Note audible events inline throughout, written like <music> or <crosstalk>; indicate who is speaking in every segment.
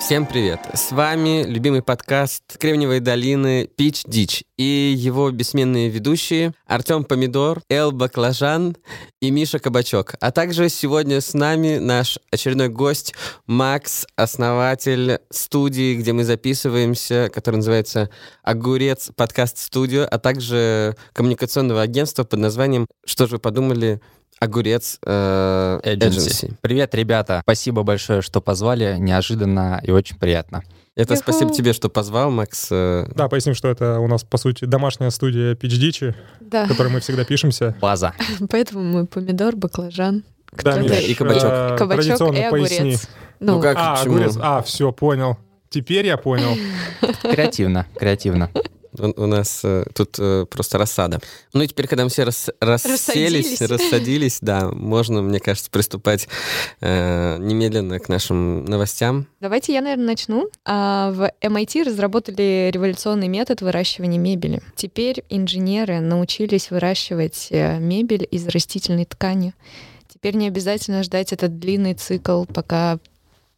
Speaker 1: Всем привет! С вами любимый подкаст Кремниевой долины Пич Дич и его бессменные ведущие Артем Помидор, Эл Баклажан и Миша Кабачок. А также сегодня с нами наш очередной гость Макс, основатель студии, где мы записываемся, которая называется «Огурец подкаст студио», а также коммуникационного агентства под названием «Что же вы подумали?» Огурец э, Agency.
Speaker 2: Привет, ребята. Спасибо большое, что позвали. Неожиданно и очень приятно.
Speaker 1: Это спасибо тебе, что позвал, Макс. Э,
Speaker 3: Да, поясним, что это у нас, по сути, домашняя студия PitchDitch,
Speaker 4: Да,
Speaker 3: в которой мы всегда пишемся.
Speaker 2: База.
Speaker 4: <laughs> поэтому мы помидор, баклажан,
Speaker 3: Да,
Speaker 4: Кто-то
Speaker 3: Миш,
Speaker 4: <laughs>
Speaker 1: и кабачок.
Speaker 3: э,
Speaker 4: кабачок
Speaker 3: традиционно
Speaker 4: и
Speaker 3: поясни.
Speaker 4: огурец. Ну,
Speaker 1: Ну как,
Speaker 3: А,
Speaker 1: почему?
Speaker 3: огурец. А, все, понял. Теперь
Speaker 4: <laughs>
Speaker 3: я понял.
Speaker 2: Креативно, креативно.
Speaker 1: У, у нас э, тут э, просто рассада. Ну и теперь, когда мы все рас- расселись,
Speaker 4: Рассадились.
Speaker 1: рассадились, да, можно, мне кажется, приступать э, немедленно к нашим новостям.
Speaker 4: Давайте я, наверное, начну. А, В MIT разработали революционный метод выращивания мебели. Теперь инженеры научились выращивать э, мебель из растительной ткани. Теперь не обязательно ждать этот длинный цикл, пока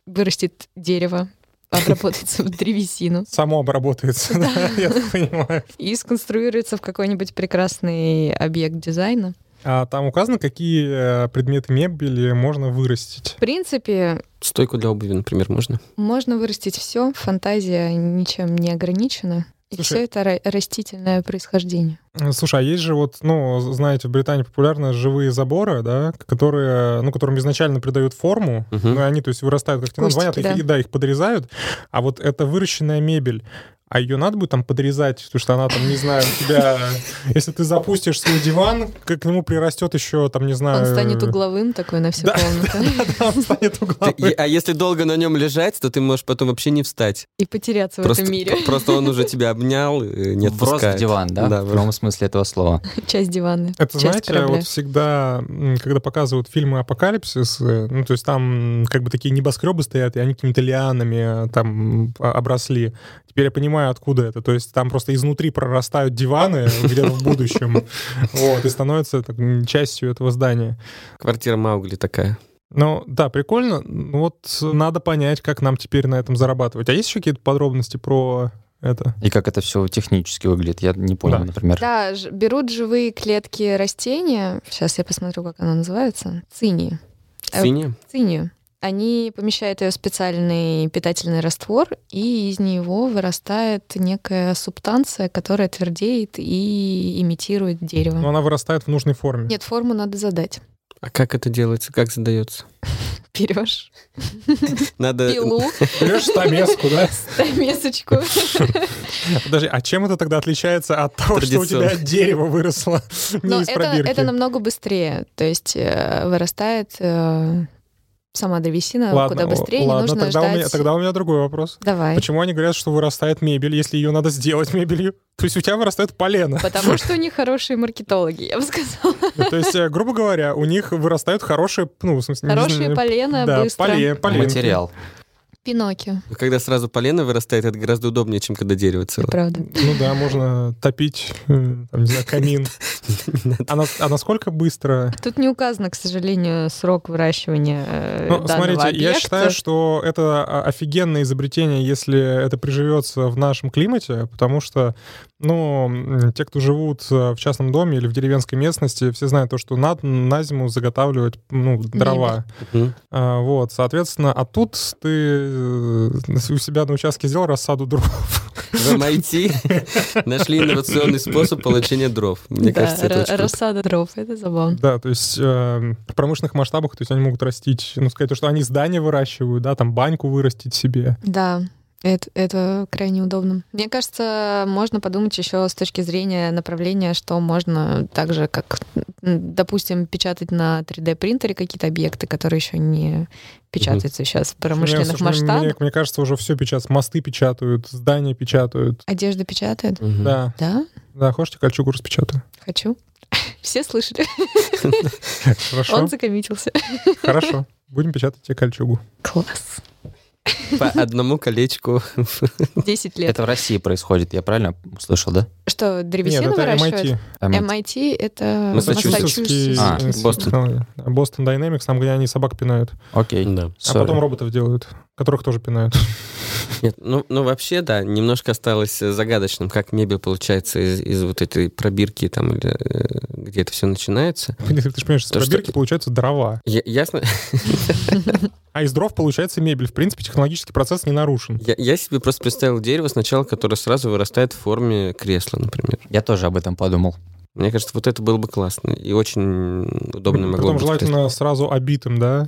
Speaker 4: вырастет
Speaker 3: <laughs>
Speaker 4: дерево, обработается в древесину
Speaker 3: Само обработается, да, <laughs> я так понимаю.
Speaker 4: и сконструируется в какой-нибудь прекрасный объект дизайна.
Speaker 3: А там указано, какие э, предметы мебели можно вырастить.
Speaker 4: В принципе,
Speaker 1: Стойку для обуви, например, можно?
Speaker 4: Можно вырастить все, фантазия ничем не ограничена. И
Speaker 3: Слушай.
Speaker 4: все это ра- растительное происхождение.
Speaker 3: Э, Слушай, а есть же вот, ну, знаете, в Британии популярны живые заборы, да, которые, ну, которым изначально придают форму,
Speaker 1: Мгм.
Speaker 3: Ну, и они, то есть, вырастают как-то
Speaker 4: Кустики,
Speaker 3: Понятно, их,
Speaker 4: да.
Speaker 3: и, да, их подрезают. А вот это выращенная мебель, а ее надо будет там подрезать, потому что она там, не знаю, у тебя... <laughs> Если ты запустишь свой диван, к к нему прирастет еще, там, не знаю...
Speaker 4: Он
Speaker 3: <laughs>
Speaker 4: станет угловым такой на всю
Speaker 3: Э, Да, <laughs>
Speaker 4: комнату.
Speaker 3: Да, он станет
Speaker 1: Ты-
Speaker 3: угловым.
Speaker 1: е- а если долго на нем лежать, то ты можешь потом вообще не встать.
Speaker 4: И потеряться в
Speaker 1: просто,
Speaker 4: этом мире.
Speaker 1: про- <laughs> просто он уже тебя обнял, и не
Speaker 2: Врос
Speaker 1: отпускает.
Speaker 2: в диван, да?
Speaker 1: Да,
Speaker 2: в прямом смысле этого слова.
Speaker 4: Часть дивана.
Speaker 3: Это,
Speaker 4: часть
Speaker 3: знаете,
Speaker 4: корабля.
Speaker 3: вот всегда, м, когда показывают фильмы «Апокалипсис», э, ну, то есть там м, как бы такие небоскребы стоят, и они какими-то лианами э, там м, о- обросли. Теперь я понимаю, откуда это. То есть там просто изнутри
Speaker 4: <laughs>
Speaker 3: прорастают диваны где-то в будущем, вот, и становятся так, м, частью этого здания.
Speaker 1: Квартира Маугли такая.
Speaker 3: Ну, да, прикольно. Ну, Вот надо понять, как нам теперь на этом зарабатывать. А есть еще какие-то подробности про это?
Speaker 2: И как это все технически выглядит, я не понял,
Speaker 3: Да.
Speaker 2: например.
Speaker 4: Да, ж- берут живые клетки растения. Сейчас я посмотрю, как оно называется. Цини. Э,
Speaker 1: Синяя?
Speaker 4: цинию. Они помещают ее в специальный питательный раствор, и из него вырастает некая субстанция, которая твердеет и имитирует
Speaker 3: Но
Speaker 4: дерево.
Speaker 3: Ну, она вырастает в нужной форме.
Speaker 4: Нет, форму надо задать. <laughs>
Speaker 1: А как это делается? Как задается?
Speaker 4: Берешь
Speaker 1: Надо...
Speaker 3: <laughs>
Speaker 4: пилу,
Speaker 3: Берешь стамеску, да? <laughs>
Speaker 4: стамесочку.
Speaker 3: Подожди, а чем это тогда отличается от того, что у тебя
Speaker 1: Традиционно.
Speaker 3: дерево выросло
Speaker 4: <laughs> Но
Speaker 3: не из
Speaker 4: это, это
Speaker 3: пробирки?
Speaker 4: намного быстрее. То есть э, вырастает э, сама древесина куда быстрее,
Speaker 3: ладно,
Speaker 4: не нужно
Speaker 3: тогда,
Speaker 4: ждать.
Speaker 3: у меня, тогда у меня другой вопрос.
Speaker 4: Давай.
Speaker 3: Почему они говорят, что вырастает мебель, если ее надо сделать мебелью? То есть у тебя вырастает полено.
Speaker 4: Потому что у них хорошие маркетологи, я бы сказала.
Speaker 3: То есть, э, грубо говоря, у них вырастают хорошие, ну, в смысле... не
Speaker 4: Хорошие
Speaker 3: знаю,
Speaker 4: полено,
Speaker 3: да,
Speaker 4: быстро.
Speaker 3: поле- поленки.
Speaker 2: Материал.
Speaker 4: Пиноккио,
Speaker 1: Когда сразу полено вырастает, это гораздо удобнее, чем когда дерево целое.
Speaker 4: правда.
Speaker 3: Ну да, можно топить, э, там, не знаю, камин. А на- а насколько быстро
Speaker 4: Тут не указано, к сожалению, срок выращивания э,
Speaker 3: Ну,
Speaker 4: данного
Speaker 3: смотрите, я
Speaker 4: объекта.
Speaker 3: считаю, что это а, офигенное изобретение, если это приживется в нашем климате, потому что, ну, м, те, кто живут э, в частном доме или в деревенской местности, все знают то, что надо на зиму заготавливать, ну, дрова.
Speaker 1: Мгм.
Speaker 3: А, вот, соответственно, а тут ты э, у себя на участке сделал рассаду дров.
Speaker 1: В MIT нашли инновационный способ получения дров. Мне
Speaker 4: Да,
Speaker 1: кажется, это
Speaker 4: ра-
Speaker 1: очень круто.
Speaker 4: рассада дров, это забавно.
Speaker 3: Да, то есть э, в промышленных масштабах, то есть они могут растить, ну, сказать, то, что они здания выращивают, да, там баньку вырастить себе.
Speaker 4: Да. Это, это крайне удобно. Мне кажется, можно подумать еще с точки зрения направления, что можно также, как, м, допустим, печатать на 3D-принтере какие-то объекты, которые еще не печатаются сейчас в
Speaker 3: Слушай,
Speaker 4: промышленных
Speaker 3: слушай, мне-
Speaker 4: масштабах.
Speaker 3: Мне, мне кажется, уже все печатают. Мосты печатают, здания печатают.
Speaker 4: Одежда печатает?
Speaker 5: Мгм.
Speaker 3: Да,
Speaker 4: Да,
Speaker 3: да, хочешь, я кольчугу распечатаю?
Speaker 4: хочу. <laughs> Все слышали.
Speaker 3: Хорошо,
Speaker 4: Он <laughs> закоммитился.
Speaker 3: хорошо. Будем печатать тебе кольчугу.
Speaker 4: Класс.
Speaker 5: По одному колечку.
Speaker 4: 10 лет.
Speaker 2: Это в России происходит, я правильно услышал, да? Эм,
Speaker 4: Что,
Speaker 3: Нет,
Speaker 4: древесину
Speaker 3: это эм
Speaker 4: выращивают?
Speaker 3: MIT.
Speaker 4: MIT — это
Speaker 5: Массачусетский
Speaker 4: Массачусетс.
Speaker 2: А,
Speaker 3: институт
Speaker 5: Бостон.
Speaker 3: технологий. Да, э, Бостон Dynamics, там, где они собак пинают.
Speaker 2: Окей.
Speaker 5: Да.
Speaker 3: А
Speaker 2: Sorry.
Speaker 3: потом роботов делают, которых тоже пинают.
Speaker 5: Нет, ну, ну, вообще, да, немножко осталось э, загадочным, как мебель получается из, из вот этой пробирки, там, или, э, где это все начинается.
Speaker 3: <laughs> Ты же понимаешь, из
Speaker 5: То, что-
Speaker 3: пробирки получаются дрова.
Speaker 5: Я- ясно, <laughs>
Speaker 3: А из дров получается мебель. В принципе, технологический процесс не нарушен.
Speaker 5: я, я себе просто представил дерево сначала, которое сразу вырастает в форме кресла, например.
Speaker 2: Я тоже об этом подумал.
Speaker 5: Мне кажется, вот это было бы классно и очень удобно могло
Speaker 3: Потом Притом
Speaker 5: бы быть.
Speaker 3: желательно сразу обитым, да?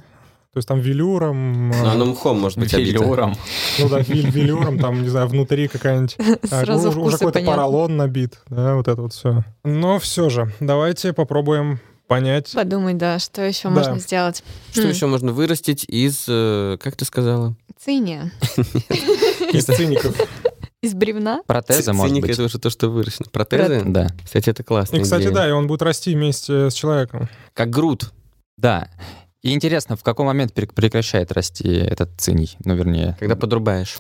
Speaker 3: То есть там велюром,
Speaker 5: Ну,
Speaker 3: э,
Speaker 5: оно мхом может быть обито.
Speaker 2: Велюром.
Speaker 3: ну да,
Speaker 5: <laughs>
Speaker 3: вел- велюром, там, не знаю, внутри какая-нибудь
Speaker 4: <laughs>
Speaker 3: Так,
Speaker 4: <laughs> Сразу
Speaker 3: А, уже, уже
Speaker 4: вкусы
Speaker 3: какой-то
Speaker 4: понятны.
Speaker 3: поролон набит, да, вот это вот все. Но все же, давайте попробуем понять,
Speaker 4: Подумай, да, что еще
Speaker 3: Да.
Speaker 4: можно сделать.
Speaker 5: Что
Speaker 4: М,
Speaker 5: еще можно вырастить из, э, как ты сказала?
Speaker 4: Циния.
Speaker 3: из циников.
Speaker 5: <laughs>
Speaker 4: Из бревна?
Speaker 2: Протезы,
Speaker 5: Ц-
Speaker 2: может
Speaker 5: циник
Speaker 2: быть.
Speaker 5: это уже то, что вырастет. Протезы?
Speaker 2: Да.
Speaker 5: Кстати, это классно.
Speaker 3: И, Ну, кстати, да, и он будет расти вместе с человеком.
Speaker 5: Как груд.
Speaker 2: Да. И интересно, в какой момент перек- прекращает расти этот циний? Ну, вернее...
Speaker 5: Когда
Speaker 2: <laughs>
Speaker 5: подрубаешь.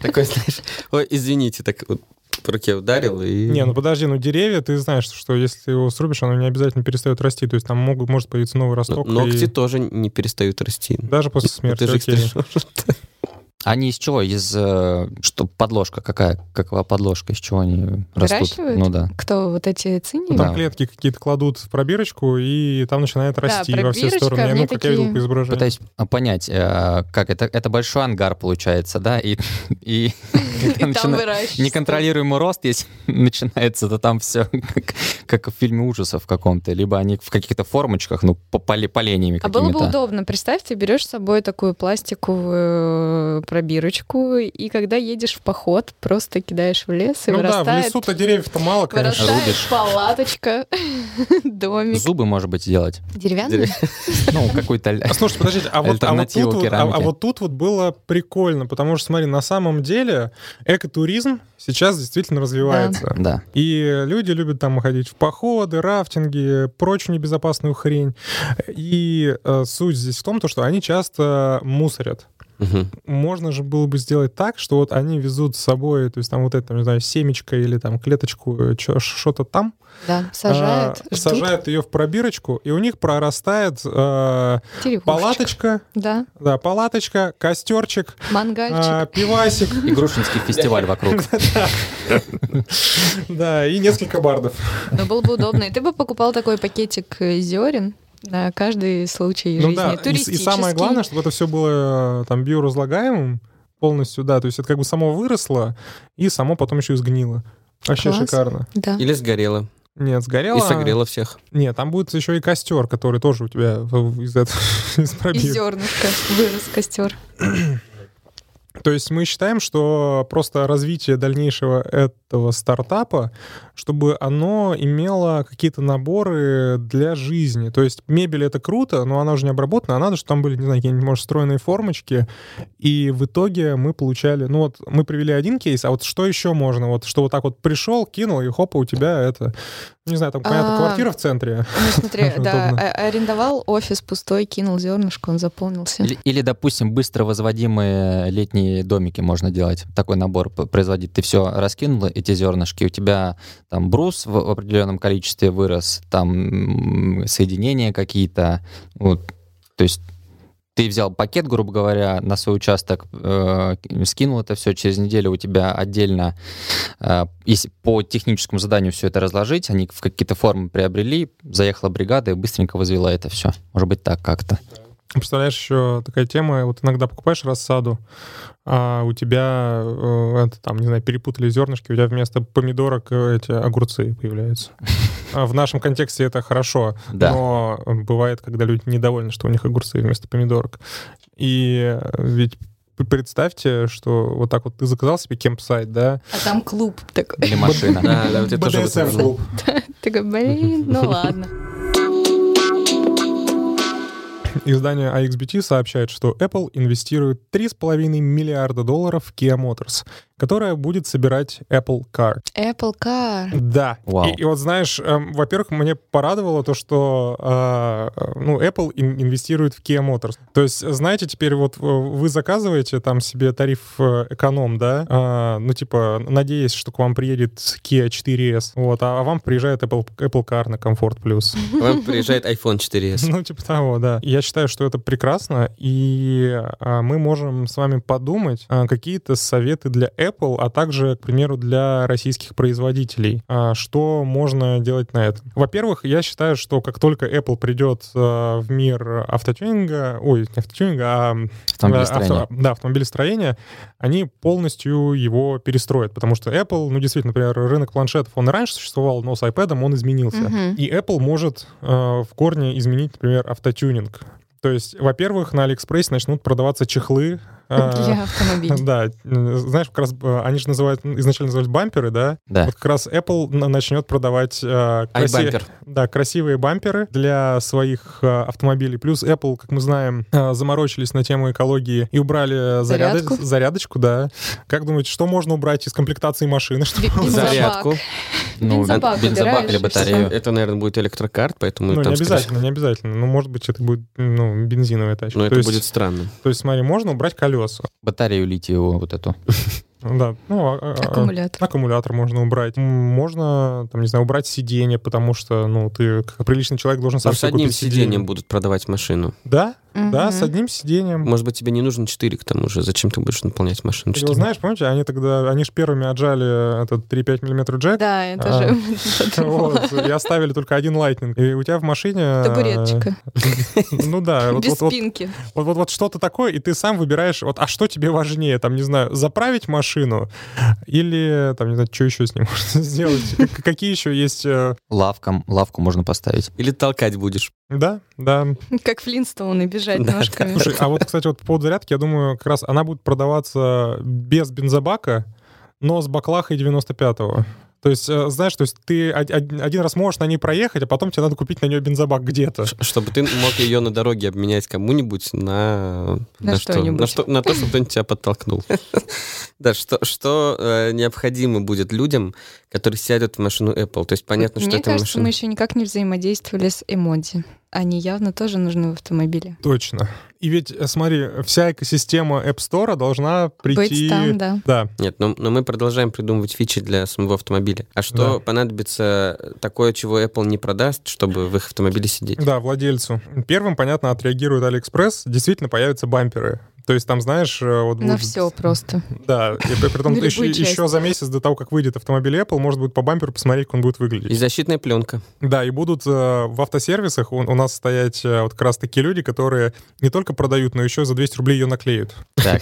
Speaker 5: Такой, знаешь, ой, извините, так вот по руке ударил и...
Speaker 3: Не, ну подожди, ну деревья, ты знаешь, что если ты его срубишь, оно не обязательно перестает расти, то есть там могут, может появиться новый
Speaker 5: Но-
Speaker 3: росток. и
Speaker 5: Ногти тоже не перестают расти.
Speaker 3: Даже после смерти.
Speaker 5: Ты же их
Speaker 3: окей.
Speaker 5: стрижешь.
Speaker 2: Они из чего? Из... э, Что, подложка какая? Какова подложка? Из чего они растут?
Speaker 4: Выращивают?
Speaker 2: Ну да.
Speaker 4: Кто вот эти цинии?
Speaker 3: Ну, там
Speaker 2: Да.
Speaker 3: клетки какие-то кладут в пробирочку, и там начинает расти во все
Speaker 4: пробирочка,
Speaker 3: стороны.
Speaker 4: мне
Speaker 3: ну, как я видел
Speaker 4: такие-
Speaker 3: по изображению.
Speaker 2: Пытаюсь а, понять, э, как это... Это большой ангар получается, да? И... <laughs> и
Speaker 4: <laughs> И там
Speaker 2: начина-
Speaker 4: выращивают.
Speaker 2: неконтролируемый рост, если <laughs> начинается, то там все <laughs> как, как в фильме ужасов каком-то, либо они в каких-то формочках, ну, по поле- поленьями
Speaker 4: А было
Speaker 2: какими-то.
Speaker 4: бы удобно. Представь, ты берешь с собой такую пластиковую э, пробирочку, и когда едешь в поход, просто кидаешь в лес, и
Speaker 3: Ну да, в
Speaker 4: вырастает,
Speaker 3: лесу-то деревьев-то мало, конечно.
Speaker 4: вырастает
Speaker 2: Рубишь.
Speaker 4: палаточка, <laughs> домик.
Speaker 2: Зубы, может быть,
Speaker 4: <laughs>
Speaker 2: сделать.
Speaker 4: Деревянный?
Speaker 2: Ну, какой-то... л-
Speaker 3: А слушайте, подождите, а вот, а, вот
Speaker 2: Альтернатива
Speaker 3: тут вот, а- а
Speaker 2: керамике.
Speaker 3: вот тут вот было прикольно, потому что, смотри, на самом деле экотуризм сейчас действительно развивается.
Speaker 2: <laughs> Да.
Speaker 3: И люди любят там ходить в походы, рафтинги, прочую небезопасную хрень. И э, суть здесь в том, то, что они часто мусорят.
Speaker 5: Мгм.
Speaker 3: Можно же было бы сделать так, что вот они везут с собой, то есть там вот это, там, не знаю, семечко или там клеточку, э, чё- что-то там,
Speaker 4: Да, сажают,
Speaker 3: а,
Speaker 4: ждут
Speaker 3: сажают ее в пробирочку, и у них прорастает э,
Speaker 4: деревушечку.
Speaker 3: палаточка,
Speaker 4: Да,
Speaker 3: да, палаточка, костерчик,
Speaker 4: мангальчик.
Speaker 3: а, пивасик,
Speaker 2: <laughs> Игрушинский фестиваль вокруг.
Speaker 3: да, и несколько бардов.
Speaker 4: Но было бы удобно. И ты бы покупал такой пакетик э, зерен на каждый случай
Speaker 3: Ну
Speaker 4: жизни.
Speaker 3: да, и, и самое
Speaker 4: Туристический.
Speaker 3: главное, чтобы это все было э, там биоразлагаемым полностью, да, то есть это как бы само выросло и само потом еще и сгнило. Вообще
Speaker 4: Класс.
Speaker 3: шикарно.
Speaker 4: Да.
Speaker 5: Или сгорело.
Speaker 3: Нет,
Speaker 5: И
Speaker 3: сгорело. а,
Speaker 5: согрело всех.
Speaker 3: Нет, там будет еще и костер, который тоже у тебя в- в- из этого <laughs> из
Speaker 4: И
Speaker 3: пробирки.
Speaker 4: зернышко вырос костер.
Speaker 3: То есть мы считаем, что просто развитие дальнейшего этого стартапа, чтобы оно имело какие-то наборы для жизни. То есть мебель — это круто, но она уже не обработана, а надо, чтобы там были, не знаю, какие-нибудь, может, встроенные формочки. И в итоге мы получали... Ну вот мы привели один кейс, а вот что еще можно? Вот что вот так вот пришел, кинул, и хопа, у тебя это... Не знаю, там какая-то
Speaker 4: А.
Speaker 3: квартира в центре.
Speaker 4: Ну,
Speaker 3: <laughs>
Speaker 4: смотри,
Speaker 3: Тоже
Speaker 4: да,
Speaker 3: удобно.
Speaker 4: а- арендовал офис пустой, кинул зернышко, он заполнился.
Speaker 2: Или, или, допустим, быстро возводимые летние домики можно делать. Такой набор п- производить. Ты все раскинула, эти зернышки, у тебя там брус в, в определенном количестве вырос, там м, соединения какие-то. Вот. То есть ты взял пакет, грубо говоря, на свой участок, э, скинул это все, через неделю у тебя отдельно, э, если по техническому заданию все это разложить, они в какие-то формы приобрели, заехала бригада и быстренько возвела это все. Может быть, так как-то.
Speaker 3: Представляешь, еще такая тема, вот иногда покупаешь рассаду, а у тебя, э, это, там, не знаю, перепутали зернышки, у тебя вместо помидорок э, эти огурцы
Speaker 5: <laughs>
Speaker 3: появляются. А в нашем контексте это хорошо,
Speaker 2: Да.
Speaker 3: но бывает, когда люди недовольны, что у них огурцы вместо помидорок. И э, ведь представьте, что вот так вот ты заказал себе кемп-сайт, да?
Speaker 6: А там клуб такой.
Speaker 2: Или машина.
Speaker 5: Да, да, вот я тоже об этом думал.
Speaker 3: BDSM-клуб.
Speaker 6: Такой, блин, ну ладно.
Speaker 3: Издание IXBT сообщает, что Apple инвестирует 3,5 миллиарда долларов в Kia Motors, которая будет собирать Apple Car.
Speaker 4: Apple Car.
Speaker 3: Да.
Speaker 2: Вау.
Speaker 3: И, и вот знаешь, эм, во-первых, мне порадовало то, что э, э, ну, Apple ин- инвестирует в Kia Motors. То есть, знаете, теперь вот э, вы заказываете там себе тариф э, эконом, да? А, ну, типа, надеясь, что к вам приедет Kia 4S, вот, а, а вам приезжает Apple, Apple Car на комфорт плюс.
Speaker 5: К вам приезжает iPhone 4s.
Speaker 3: Ну, типа того, да. Я считаю, что это прекрасно, и а, мы можем с вами подумать а, какие-то советы для Apple, а также, к примеру, для российских производителей. А, что можно делать на этом? Во-первых, я считаю, что как только Apple придет а, в мир автотюнинга, ой, не автотюнинга, а м,
Speaker 2: Автомобилестроение.
Speaker 3: авто- а, да, автомобилестроения, они полностью его перестроят, потому что Apple, ну, действительно, например, рынок планшетов, он и раньше существовал, но с iPad он изменился.
Speaker 6: Мгм.
Speaker 3: И Apple может э, в корне изменить, например, автотюнинг. То есть, во-первых, на Алиэкспрессе начнут продаваться чехлы. э,
Speaker 4: <laughs>
Speaker 6: Для автомобиля.
Speaker 3: <laughs> Да, э, знаешь, как раз э, они же называют, изначально назывались бамперы, да?
Speaker 2: Да.
Speaker 3: Вот как раз Apple на- начнет продавать э,
Speaker 5: А
Speaker 3: красе-
Speaker 5: iBumper.
Speaker 3: да, красивые бамперы для своих э, автомобилей. Плюс Apple, как мы знаем, э, заморочились на тему экологии и убрали заряда-
Speaker 6: Зарядку.
Speaker 3: зарядочку, да. Как думаете, что можно убрать из комплектации машины? <laughs> чтобы-
Speaker 6: Бензобак.
Speaker 5: Зарядку.
Speaker 2: Ну,
Speaker 6: Бензобак
Speaker 2: бензобак
Speaker 6: убираешь
Speaker 2: или
Speaker 6: и
Speaker 2: батарею.
Speaker 5: Это, наверное, будет электрокарт, поэтому
Speaker 3: Ну, не
Speaker 5: там скорее всего-
Speaker 3: обязательно, не обязательно. Ну, может быть, это будет ну, бензиновая тачка.
Speaker 5: Но
Speaker 3: то,
Speaker 5: это
Speaker 3: есть,
Speaker 5: будет странно.
Speaker 3: то есть, смотри, можно убрать колеса.
Speaker 2: Батарею литиевую вот эту.
Speaker 3: Да, ну, а- а- а-
Speaker 6: Аккумулятор.
Speaker 3: аккумулятор можно убрать. М, Можно, там, не знаю, убрать сиденье, потому что, ну, ты как приличный человек должен сам
Speaker 5: Ну, с
Speaker 3: себе
Speaker 5: одним
Speaker 3: купить сиденье.
Speaker 5: сиденьем будут продавать машину.
Speaker 3: Да, А. да,
Speaker 6: Мгм.
Speaker 3: с одним сиденьем.
Speaker 5: Может быть, тебе не нужно 4 к тому же. Зачем ты будешь наполнять машину?
Speaker 3: Ты его
Speaker 5: четырьмя?
Speaker 3: знаешь, помните, они тогда, они же первыми отжали этот 3,5 миллиметров джек.
Speaker 6: Да, <laughs> это
Speaker 3: А.
Speaker 6: же
Speaker 3: <laughs> Вот, и оставили только один лайтнинг. И у тебя в машине... э,
Speaker 6: табуреточка.
Speaker 3: Ну да, вот-
Speaker 6: Без
Speaker 3: вот- вот
Speaker 6: спинки.
Speaker 3: Вот, вот, вот что-то такое, и ты сам выбираешь, вот, а что тебе важнее, там, не знаю, заправить машину или, там, не знаю, что еще с ним <laughs> можно сделать, К- какие еще есть, э,
Speaker 2: Лавкам, лавку можно поставить.
Speaker 5: Или толкать будешь.
Speaker 3: да, да.
Speaker 6: Как Флинстоуны бежать
Speaker 5: Да, да.
Speaker 6: ножками.
Speaker 3: Слушай, а вот, кстати, вот по поводу зарядки, я думаю, как раз она будет продаваться без бензобака, но с баклахой 95-го. То есть, э, знаешь, то есть ты од- од- один раз можешь на ней проехать, а потом тебе надо купить на нее бензобак где-то.
Speaker 5: Ш- Чтобы ты мог ее на дороге обменять кому-нибудь на...
Speaker 6: На что-нибудь.
Speaker 5: на, что- на то, что кто-нибудь тебя
Speaker 6: <laughs>
Speaker 5: подтолкнул. Да, что, что э, необходимо будет людям, которые сядут в машину Apple? То есть понятно, что
Speaker 6: Мне
Speaker 5: это
Speaker 6: кажется, мы
Speaker 5: машина...
Speaker 6: еще никак не взаимодействовали с эмодзи. Они явно тоже нужны в автомобиле.
Speaker 3: Точно. И ведь, э, смотри, вся экосистема App Store должна прийти...
Speaker 6: Быть там, да.
Speaker 3: Да,
Speaker 5: Нет, но, но мы продолжаем придумывать фичи для самого автомобиля. А что
Speaker 3: Да.
Speaker 5: понадобится такое, чего Apple не продаст, чтобы в их автомобиле сидеть?
Speaker 3: Да, владельцу. Первым, понятно, отреагирует Алиэкспресс. Действительно появятся бамперы. То есть там, знаешь, э, вот...
Speaker 6: На
Speaker 3: будет-
Speaker 6: все просто.
Speaker 3: Да, и при- при том
Speaker 6: На
Speaker 3: еще,
Speaker 6: любую часть.
Speaker 3: еще за месяц до того, как выйдет автомобиль Apple, может будет по бамперу посмотреть, как он будет
Speaker 5: И
Speaker 3: выглядеть.
Speaker 5: защитная пленка.
Speaker 3: Да, и будут э, в автосервисах у, у нас стоять э, вот как раз такие люди, которые не только продают, но еще за 200 рублей ее наклеют.
Speaker 2: Так.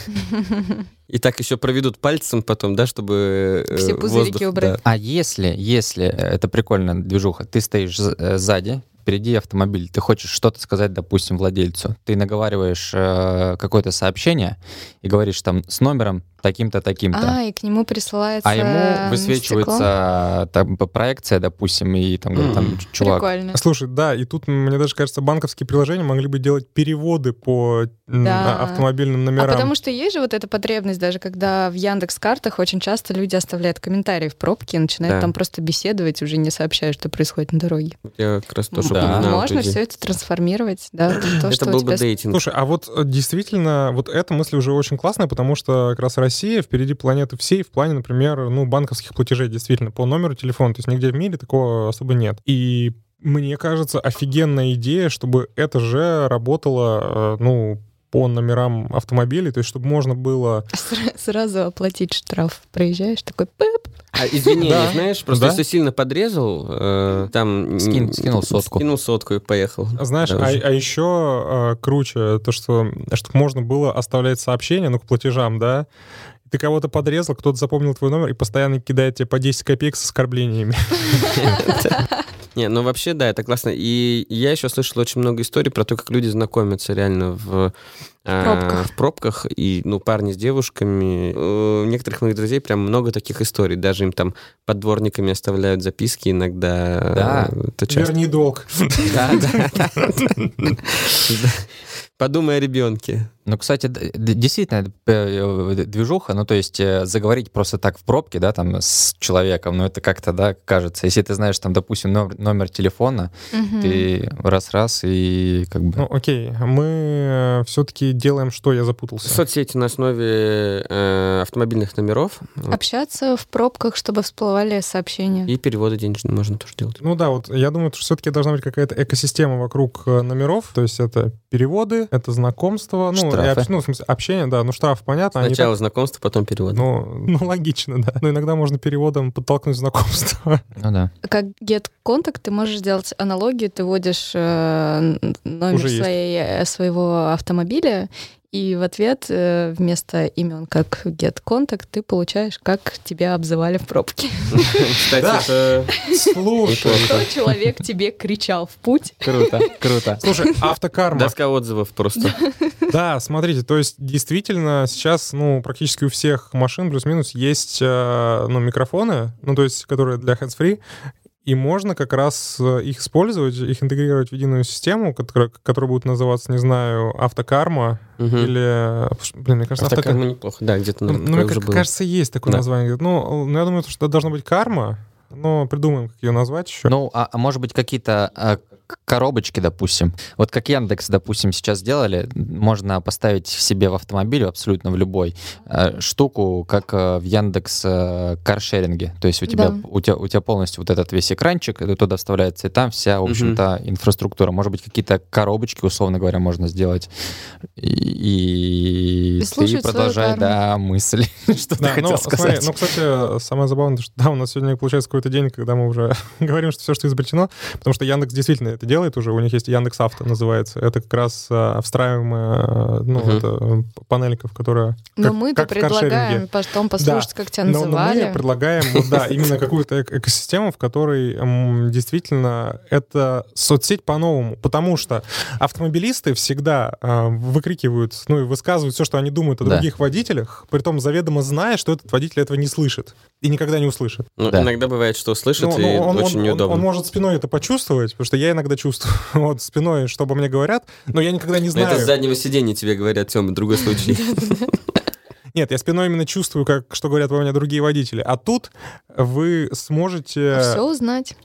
Speaker 5: И так еще проведут пальцем потом, да, чтобы... э,
Speaker 6: Все пузырики
Speaker 5: воздух,
Speaker 6: убрать.
Speaker 5: да.
Speaker 2: <laughs> А если, если, э, это прикольная движуха, ты стоишь з- э, сзади, впереди автомобиль, ты хочешь что-то сказать, допустим, владельцу, ты наговариваешь э, какое-то сообщение и говоришь там с номером таким-то, таким-то.
Speaker 6: А, и к нему присылается
Speaker 2: А ему
Speaker 6: э, стекло.
Speaker 2: высвечивается там, п- проекция, допустим, и там, говорит, там
Speaker 5: М.
Speaker 2: «Ч- чувак,
Speaker 6: Прикольно.
Speaker 3: Слушай, да, и тут, м, мне даже кажется, банковские приложения могли бы делать переводы по м,
Speaker 6: Да.
Speaker 3: а- автомобильным
Speaker 6: А
Speaker 3: номерам.
Speaker 6: потому что есть же вот эта потребность, даже когда в Яндекс картах очень часто люди оставляют комментарии в пробке и начинают
Speaker 5: Да.
Speaker 6: там просто беседовать, уже не сообщая, что происходит на дороге. Ну,
Speaker 5: Я как раз тоже
Speaker 2: Да.
Speaker 5: упоминал эту
Speaker 6: Можно
Speaker 5: идею.
Speaker 6: все это трансформировать, да, в
Speaker 2: <clears throat>
Speaker 6: то,
Speaker 5: Это
Speaker 6: что у
Speaker 5: был бы
Speaker 6: тебя с-
Speaker 5: дейтинг.
Speaker 3: Слушай, а вот э, действительно, вот эта мысль уже очень классная, потому что как раз Россия впереди планеты всей в плане, например, ну, банковских платежей, действительно, по номеру телефона. То есть нигде в мире такого особо нет. И мне кажется, офигенная идея, чтобы это же работало, э, ну, по номерам автомобилей, то есть чтобы можно было...
Speaker 6: сра- сразу оплатить штраф. Проезжаешь, такой пэп,
Speaker 5: А, извини,
Speaker 3: Да.
Speaker 5: не знаешь, просто
Speaker 3: Да.
Speaker 5: если сильно подрезал, э, там...
Speaker 2: Скин-
Speaker 5: м,
Speaker 2: скинул сотку.
Speaker 5: Скинул сотку и <laughs> поехал.
Speaker 3: Знаешь,
Speaker 5: Да,
Speaker 3: а,
Speaker 5: уже.
Speaker 3: а еще э, круче то, что чтобы можно было оставлять сообщения, ну, к платежам, да? Ты кого-то подрезал, кто-то запомнил твой номер и постоянно кидает тебе по 10 копеек с оскорблениями.
Speaker 5: Не, ну вообще, да, это классно. И я еще слышал очень много историй про то, как люди знакомятся реально в, э,
Speaker 4: пробках.
Speaker 5: в пробках. И, ну, парни с девушками. У некоторых моих друзей прям много таких историй. Даже им там под дворниками оставляют записки иногда.
Speaker 2: Да.
Speaker 5: Это часто.
Speaker 3: Верни долг.
Speaker 5: Да, да, да. Да. Подумай о ребенке.
Speaker 2: Ну, кстати, д- д- действительно, э, э, движуха, ну, то есть э, заговорить просто так в пробке, да, там, с человеком, ну, это как-то, да, кажется. Если ты знаешь, там, допустим, номер, номер телефона,
Speaker 6: Мгм.
Speaker 2: ты раз-раз и как бы...
Speaker 3: <laughs> Ну, окей, мы все-таки делаем что? Я запутался.
Speaker 5: Соцсети на основе э, автомобильных номеров
Speaker 6: А Общаться в пробках, чтобы всплывали сообщения.
Speaker 5: и переводы денежные можно тоже делать.
Speaker 3: Ну да, вот я думаю, что все-таки должна быть какая-то экосистема вокруг э, номеров. То есть это переводы, это знакомство, ну, и
Speaker 2: Штрафы.
Speaker 3: общ- ну, в смысле, общение, да, ну штраф, понятно. они
Speaker 5: Сначала знакомство, потом перевод.
Speaker 3: так- ну, ну, логично, да. Но иногда можно переводом подтолкнуть знакомство.
Speaker 2: Ну, да.
Speaker 6: Как get-контакт ты можешь сделать аналогию, ты вводишь э, н- номер
Speaker 3: Уже есть.
Speaker 6: своей, э, своего автомобиля, и в ответ э, вместо имен как get-контакт ты получаешь, как тебя обзывали в пробке.
Speaker 3: Да.
Speaker 5: <laughs> Кстати, это
Speaker 3: <laughs> Слушай,
Speaker 5: неплохо.
Speaker 6: <laughs> Что человек тебе кричал в путь?
Speaker 2: Круто, круто.
Speaker 3: слушай, автокарма.
Speaker 5: Доска отзывов просто.
Speaker 3: Да, смотрите, то есть действительно сейчас, ну, практически у всех машин плюс-минус есть, э, ну, микрофоны, ну, то есть, которые для hands-free, и можно как раз э, их использовать, их интегрировать в единую систему, которая, которая будет называться, не знаю, автокарма
Speaker 5: Мгм. А
Speaker 3: или... э, пш- Блин, мне кажется,
Speaker 5: Так
Speaker 3: автокарма...
Speaker 5: ему неплохо. Да, где-то,
Speaker 3: Ну,
Speaker 5: наверное,
Speaker 3: ну, мне
Speaker 5: такое уже
Speaker 3: как-
Speaker 5: было.
Speaker 3: кажется, есть такое
Speaker 5: Да.
Speaker 3: название. Ну, ну, я думаю, что должна быть карма, но придумаем, как ее назвать еще.
Speaker 2: Ну, а, а может быть, какие-то а, к- коробочки, допустим. Вот как Яндекс, допустим, сейчас сделали, можно поставить в себе в автомобиль, абсолютно в любой, э, штуку, как э, в Яндекс э, каршеринге. То есть у тебя,
Speaker 6: Да.
Speaker 2: у, тебя, у тебя полностью вот этот весь экранчик, и туда вставляется, и там вся, в общем-то, инфраструктура. Может быть, какие-то коробочки, условно говоря, можно сделать. И,
Speaker 6: И
Speaker 2: ты
Speaker 6: слушать свою
Speaker 2: продолжай,
Speaker 6: карму.
Speaker 2: да, мысль, <laughs> что ты
Speaker 3: Да,
Speaker 2: хотел
Speaker 3: ну,
Speaker 2: сказать.
Speaker 3: смотри, ну, кстати, самое забавное, что да, у нас сегодня получается какой-то день, когда мы уже <laughs> говорим, что все, что изобретено, потому что Яндекс действительно это делает уже, у них есть Яндекс Авто называется, это как раз а, встраиваемая, а, ну,
Speaker 5: Мгм.
Speaker 3: это м, панелька, в которая...
Speaker 6: Но
Speaker 3: как-
Speaker 6: мы-то
Speaker 3: как в каршеринге.
Speaker 6: предлагаем потом послушать, как тебя
Speaker 3: Но- но мы
Speaker 6: называли.
Speaker 3: предлагаем, вот, да, именно какую-то эк- экосистему, в которой м, действительно это соцсеть по-новому, потому что автомобилисты всегда а, выкрикивают, ну, и высказывают все, что они думают о
Speaker 2: Да.
Speaker 3: других водителях, притом заведомо зная, что этот водитель этого не слышит и никогда не услышит.
Speaker 5: Ну,
Speaker 2: Да.
Speaker 5: Иногда бывает, что слышит,
Speaker 3: Ну,
Speaker 5: и
Speaker 3: ну,
Speaker 5: очень
Speaker 3: он, он- он- он
Speaker 5: неудобно.
Speaker 3: может спиной это почувствовать, потому что я иногда чувствую <laughs> вот спиной, что обо мне говорят, но я никогда не
Speaker 5: Но
Speaker 3: знаю.
Speaker 5: Ну, это с заднего сиденья тебе говорят, Тёма, другой
Speaker 6: <laughs>
Speaker 5: случай.
Speaker 3: Нет, я спиной именно чувствую, как что говорят обо мне другие водители. А тут вы сможете,
Speaker 6: Все узнать.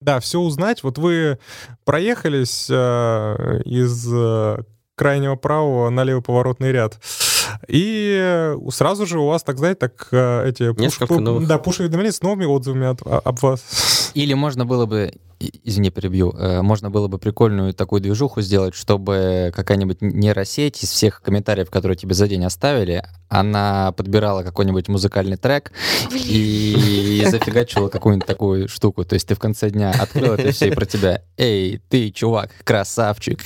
Speaker 3: да, все узнать. Вот вы проехались э, из э, крайнего правого на левый поворотный ряд. И сразу же у вас, так знаете, так э, эти
Speaker 5: Несколько новых.
Speaker 3: да, пуш-уведомления с новыми отзывами от- а- об вас.
Speaker 2: Или можно было бы, и- извини, перебью, э, можно было бы прикольную такую движуху сделать, чтобы какая-нибудь нейросеть из всех комментариев, которые тебе за день оставили, она подбирала какой-нибудь музыкальный трек и зафигачивала какую-нибудь такую штуку. То есть ты в конце дня открыл это все и про тебя. Эй, ты, чувак, красавчик.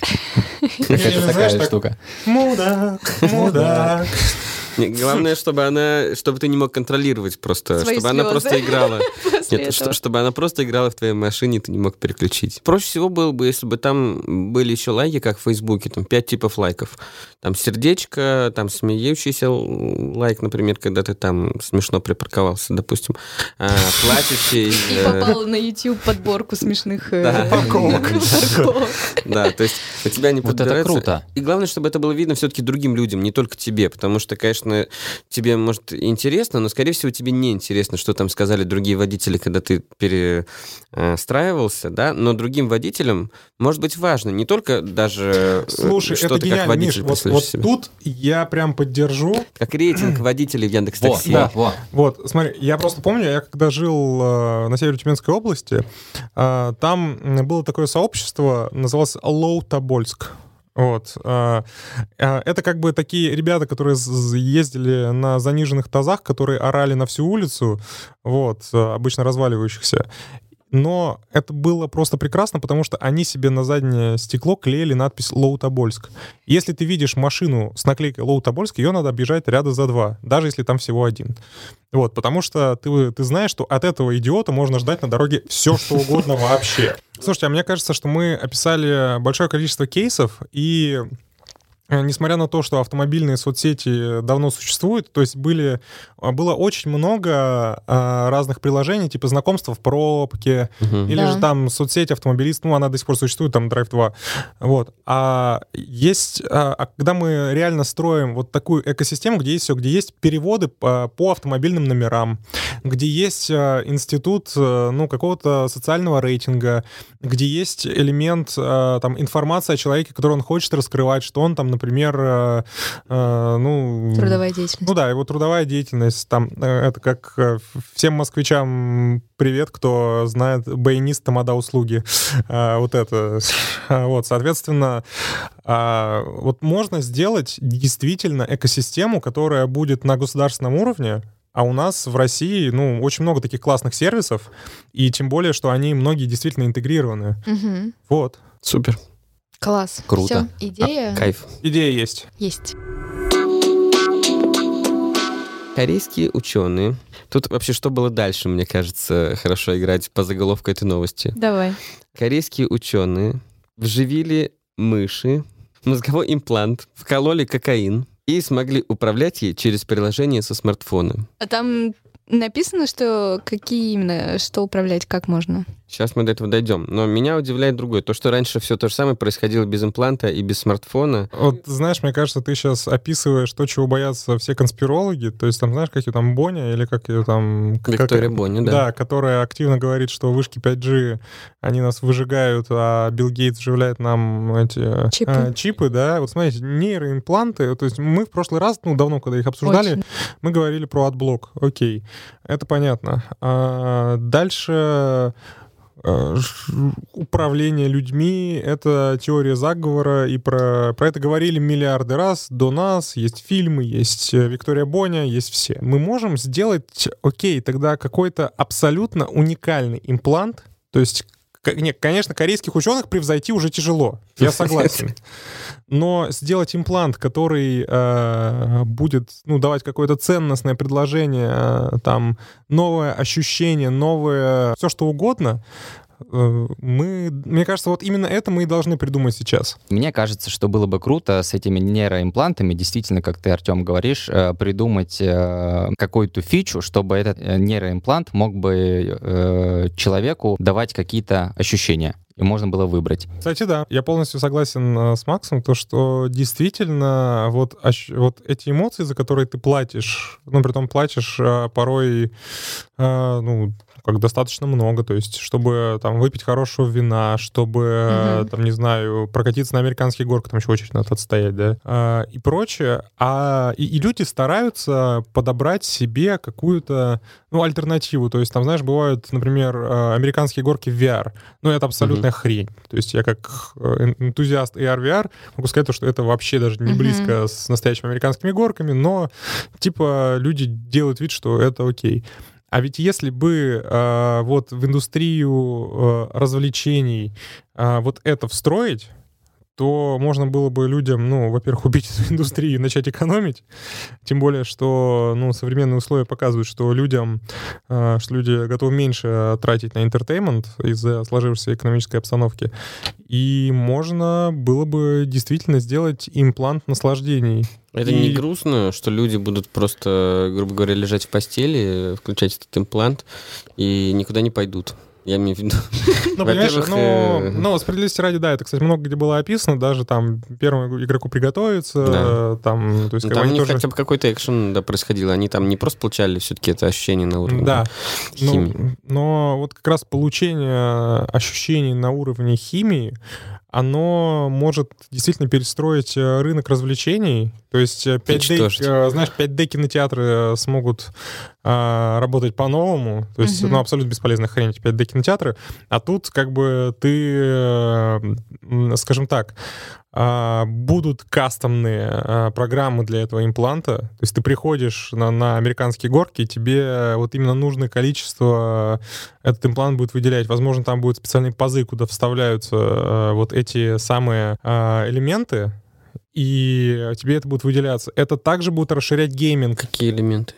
Speaker 3: Или,
Speaker 2: <laughs> Какая-то такая
Speaker 3: знаешь, так,
Speaker 2: штука.
Speaker 5: <laughs>
Speaker 3: Мудак, мудак.
Speaker 5: Не, Главное, чтобы она, чтобы ты не мог контролировать просто,
Speaker 6: Свои
Speaker 5: чтобы она
Speaker 6: слезы.
Speaker 5: просто играла.
Speaker 6: после
Speaker 5: Нет, что-
Speaker 6: этого.
Speaker 5: чтобы она просто играла в твоей машине, и ты не мог переключить. Проще всего было бы, если бы там были еще лайки, как в Фейсбуке, там пять типов лайков. Там сердечко, там смеющийся л- лайк, например, когда ты там смешно припарковался, допустим, А, плачущий.
Speaker 6: <laughs> И
Speaker 5: э,
Speaker 6: попала на YouTube подборку смешных э,
Speaker 5: Да.
Speaker 3: Упаковок.
Speaker 6: <laughs> упаковок.
Speaker 5: Да, то есть у тебя не
Speaker 2: Вот это
Speaker 5: подбирается.
Speaker 2: круто.
Speaker 5: И главное, чтобы это было видно все-таки другим людям, не только тебе, потому что, конечно, тебе, может, интересно, но, скорее всего, тебе не интересно, что там сказали другие водители, когда ты перестраивался, да, но другим водителям может быть важно не только даже э,
Speaker 3: Слушай,
Speaker 5: что
Speaker 3: это
Speaker 5: ты как
Speaker 3: гениально, Миш.
Speaker 5: водитель
Speaker 3: Вот,
Speaker 5: представляешь
Speaker 3: вот
Speaker 5: себе.
Speaker 3: тут я прям поддержу.
Speaker 5: Как
Speaker 3: <clears throat>
Speaker 5: рейтинг водителей в
Speaker 2: Во,
Speaker 5: Яндекс.Такси.
Speaker 2: во, во.
Speaker 3: Вот, смотри, я просто помню, я когда жил э, на севере Тюменской области, э, там м, было такое сообщество, называлось Low Тобольск. Вот. э, э, Это как бы такие ребята, которые з- з- ездили на заниженных тазах, которые орали на всю улицу, вот, э, обычно разваливающихся. Но это было просто прекрасно, потому что они себе на заднее стекло клеили надпись «Лоу Тобольск». Если ты видишь машину с наклейкой «Лоу Тобольск», ее надо объезжать ряда за два, даже если там всего один. Вот, потому что ты, ты знаешь, что от этого идиота можно ждать на дороге все, что угодно вообще. Слушайте, а мне кажется, что мы описали большое количество кейсов, и э, несмотря на то, что автомобильные соцсети давно существуют, то есть были, а, было очень много а, разных приложений, типа знакомства в пробке,
Speaker 5: Мгм.
Speaker 3: или
Speaker 4: Да.
Speaker 3: же там соцсеть автомобилист, ну, она до сих пор существует, там Drive 2. Вот. А есть, а, а когда мы реально строим вот такую экосистему, где есть все, где есть переводы по, по автомобильным номерам, где есть а, институт, э, ну, какого-то социального рейтинга, где есть элемент, э, там, информация о человеке, который он хочет раскрывать, что он там, например, э, э, ну...
Speaker 4: Трудовая деятельность.
Speaker 3: Ну да, его трудовая деятельность, там, э, это как э, в- всем москвичам привет, кто знает баянист тамада услуги, <laughs> А, вот это. <laughs> Вот, соответственно, а, вот можно сделать действительно экосистему, которая будет на государственном уровне, а у нас в России, ну, очень много таких классных сервисов, и тем более, что они многие действительно интегрированы.
Speaker 4: Мгм.
Speaker 3: Вот.
Speaker 5: Супер.
Speaker 4: Класс.
Speaker 2: Круто.
Speaker 4: Всё, идея
Speaker 5: Кайф.
Speaker 3: Идея есть.
Speaker 4: есть.
Speaker 5: Корейские ученые. Тут вообще что было дальше, мне кажется, хорошо играть по заголовку этой новости.
Speaker 4: Давай.
Speaker 5: Корейские ученые вживили мыши мозговой имплант, вкололи кокаин и смогли управлять ей через приложение со смартфона.
Speaker 6: А там написано, что какие именно, что управлять, как можно.
Speaker 5: Сейчас мы до этого дойдем. Но меня удивляет другое. То, что раньше все то же самое происходило без импланта и без смартфона.
Speaker 3: Вот, знаешь, мне кажется, ты сейчас описываешь то, чего боятся все конспирологи. То есть там, знаешь, как ее там Боня или как ее там... как-
Speaker 5: Виктория Бонни, да.
Speaker 3: Да, которая активно говорит, что вышки 5G, они нас выжигают, а Билл Гейтс вживляет нам эти э,
Speaker 4: Чипы.
Speaker 3: э, чипы, да. Вот смотрите, нейроимпланты, то есть мы в прошлый раз, ну, давно, когда их обсуждали,
Speaker 6: Очень.
Speaker 3: мы говорили про отблок. Окей, это понятно. А, дальше э, ш- управление людьми — это теория заговора, и про, про это говорили миллиарды раз до нас, есть фильмы, есть э, Виктория Боня, есть все. Мы можем сделать, окей, тогда какой-то абсолютно уникальный имплант, то есть к- не, конечно, корейских ученых превзойти уже тяжело, я согласен. Но сделать имплант, который э, будет ну, давать какое-то ценностное предложение, э, там, новое ощущение, новое, все что угодно, э, мы, мне кажется, вот именно это мы и должны придумать сейчас.
Speaker 2: Мне кажется, что было бы круто с этими нейроимплантами, действительно, как ты, Артем, говоришь, э, придумать э, какую-то фичу, чтобы этот э, нейроимплант мог бы э, человеку давать какие-то ощущения, и можно было выбрать.
Speaker 3: Кстати, да, я полностью согласен э, с Максом, то, что действительно вот, ощ- вот эти эмоции, за которые ты платишь, ну, притом платишь э, порой, э, ну, как достаточно много, то есть, чтобы там выпить хорошего вина, чтобы, э,
Speaker 4: Мгм.
Speaker 3: там, не знаю, прокатиться на американских горках, там еще очередь надо отстоять, да, а, и прочее. А, и, и люди стараются подобрать себе какую-то, ну, альтернативу, то есть, там, знаешь, бывают, например, э, американские горки в VR, ну, это абсолютная хрень. То есть я как э, эн- энтузиаст AR-VR могу сказать, то, что это вообще даже не
Speaker 4: Мгм.
Speaker 3: близко с настоящими американскими горками, но типа люди делают вид, что это окей. А ведь если бы э, вот в индустрию э, развлечений э, вот это встроить, то можно было бы людям, ну, во-первых, <laughs> убить эту индустрию и начать экономить. Тем более, что, ну, современные условия показывают, что людям а, что люди готовы меньше э, тратить на интертеймент из-за сложившейся экономической обстановки. И можно было бы действительно сделать имплант наслаждений.
Speaker 5: Это
Speaker 3: И-
Speaker 5: не грустно, что люди будут просто, грубо говоря, лежать в постели, включать этот имплант и никуда не пойдут. Я имею в виду. <laughs>
Speaker 3: Ну, понимаешь,
Speaker 5: Во-первых,
Speaker 3: ну,
Speaker 5: э,
Speaker 3: ну, справедливости ради, да, это, кстати, много где было описано, даже там первому игроку приготовиться,
Speaker 5: Да.
Speaker 3: э, там, то есть,
Speaker 5: Ну,
Speaker 3: как бы
Speaker 5: Там у
Speaker 3: они
Speaker 5: них
Speaker 3: тоже...
Speaker 5: хотя бы какой-то экшен да, происходил. Они там не просто получали все-таки это ощущение на уровне
Speaker 3: Да,
Speaker 5: химии.
Speaker 3: ну, но вот как раз получение ощущений на уровне химии, оно может действительно перестроить э, рынок развлечений. То есть э, 5D,
Speaker 5: Уничтожить.
Speaker 3: э, знаешь, 5D кинотеатры э, смогут а, работать по-новому. То есть,
Speaker 4: Мгм.
Speaker 3: ну, абсолютно бесполезная хрень эти 5D кинотеатры. А тут, как бы, ты, э, м, скажем так, а, будут кастомные а, программы для этого импланта. То есть ты приходишь на, на американские горки, и тебе вот именно нужное количество а, этот имплант будет выделять. Возможно, там будут специальные пазы, куда вставляются э, вот эти самые а, элементы, и тебе это будет выделяться. Это также будет расширять гейминг.
Speaker 5: Какие элементы?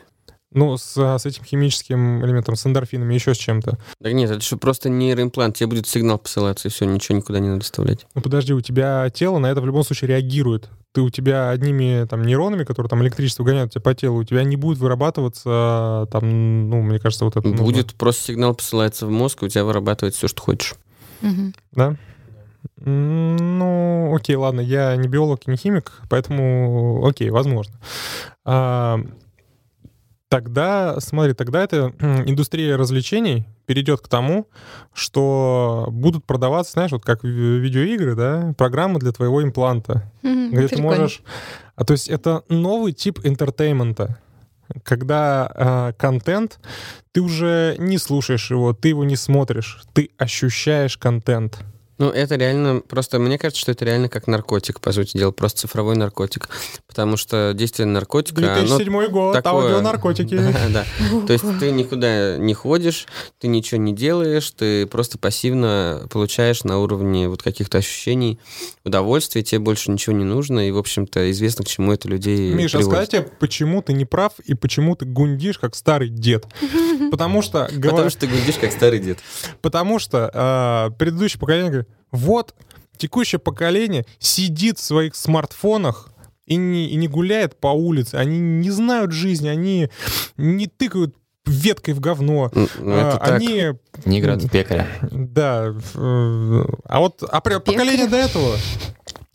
Speaker 3: Ну, с, с этим химическим элементом, с эндорфинами, еще с чем-то.
Speaker 5: Да нет, это же просто нейроимплант, тебе будет сигнал посылаться, и все, ничего никуда не надо вставлять.
Speaker 3: Ну, подожди, у тебя тело на это в любом случае реагирует. Ты у тебя одними там нейронами, которые там электричество гоняют у тебя по телу, у тебя не будет вырабатываться там, ну, мне кажется, вот это... ну,
Speaker 5: Будет просто сигнал посылается в мозг, и у тебя вырабатывает все, что хочешь.
Speaker 6: Мгм.
Speaker 3: Да? М, Ну, окей, ладно, я не биолог, и не химик, поэтому, окей, возможно. А, тогда, смотри, тогда эта м, индустрия развлечений перейдет к тому, что будут продаваться, знаешь, вот как ви- видеоигры, да, программы для твоего импланта,
Speaker 6: Мгм,
Speaker 3: где ты
Speaker 6: прикольно.
Speaker 3: можешь... А то есть это новый тип интертеймента, когда а, контент, ты уже не слушаешь его, ты его не смотришь, ты ощущаешь контент.
Speaker 5: Ну, это реально, просто мне кажется, что это реально как наркотик, по сути дела, просто цифровой наркотик. Потому что действие наркотика, оно
Speaker 3: 2007 год,
Speaker 5: Ну, такое.
Speaker 3: аудио
Speaker 5: <laughs>
Speaker 3: наркотики.
Speaker 5: Да, да.
Speaker 6: Ого.
Speaker 5: То есть ты никуда не ходишь, ты ничего не делаешь, ты просто пассивно получаешь на уровне вот каких-то ощущений удовольствие, тебе больше ничего не нужно, и, в общем-то, известно, к чему это людей
Speaker 3: <laughs> Миша, а
Speaker 5: приводит.
Speaker 3: сказать тебе, почему ты не прав и почему ты гундишь, как старый дед? Потому что,
Speaker 5: Потому
Speaker 3: говор-
Speaker 5: что ты гудишь, как старый дед.
Speaker 3: потому что а, предыдущее поколение говорит, вот, текущее поколение сидит в своих смартфонах и не, и не гуляет по улице, они не знают жизни, они не тыкают веткой в говно.
Speaker 5: М, ну,
Speaker 3: А,
Speaker 5: это так.
Speaker 3: Они
Speaker 2: Не играют в пекаря.
Speaker 3: Да. ф- э, А вот а пре- поколение до этого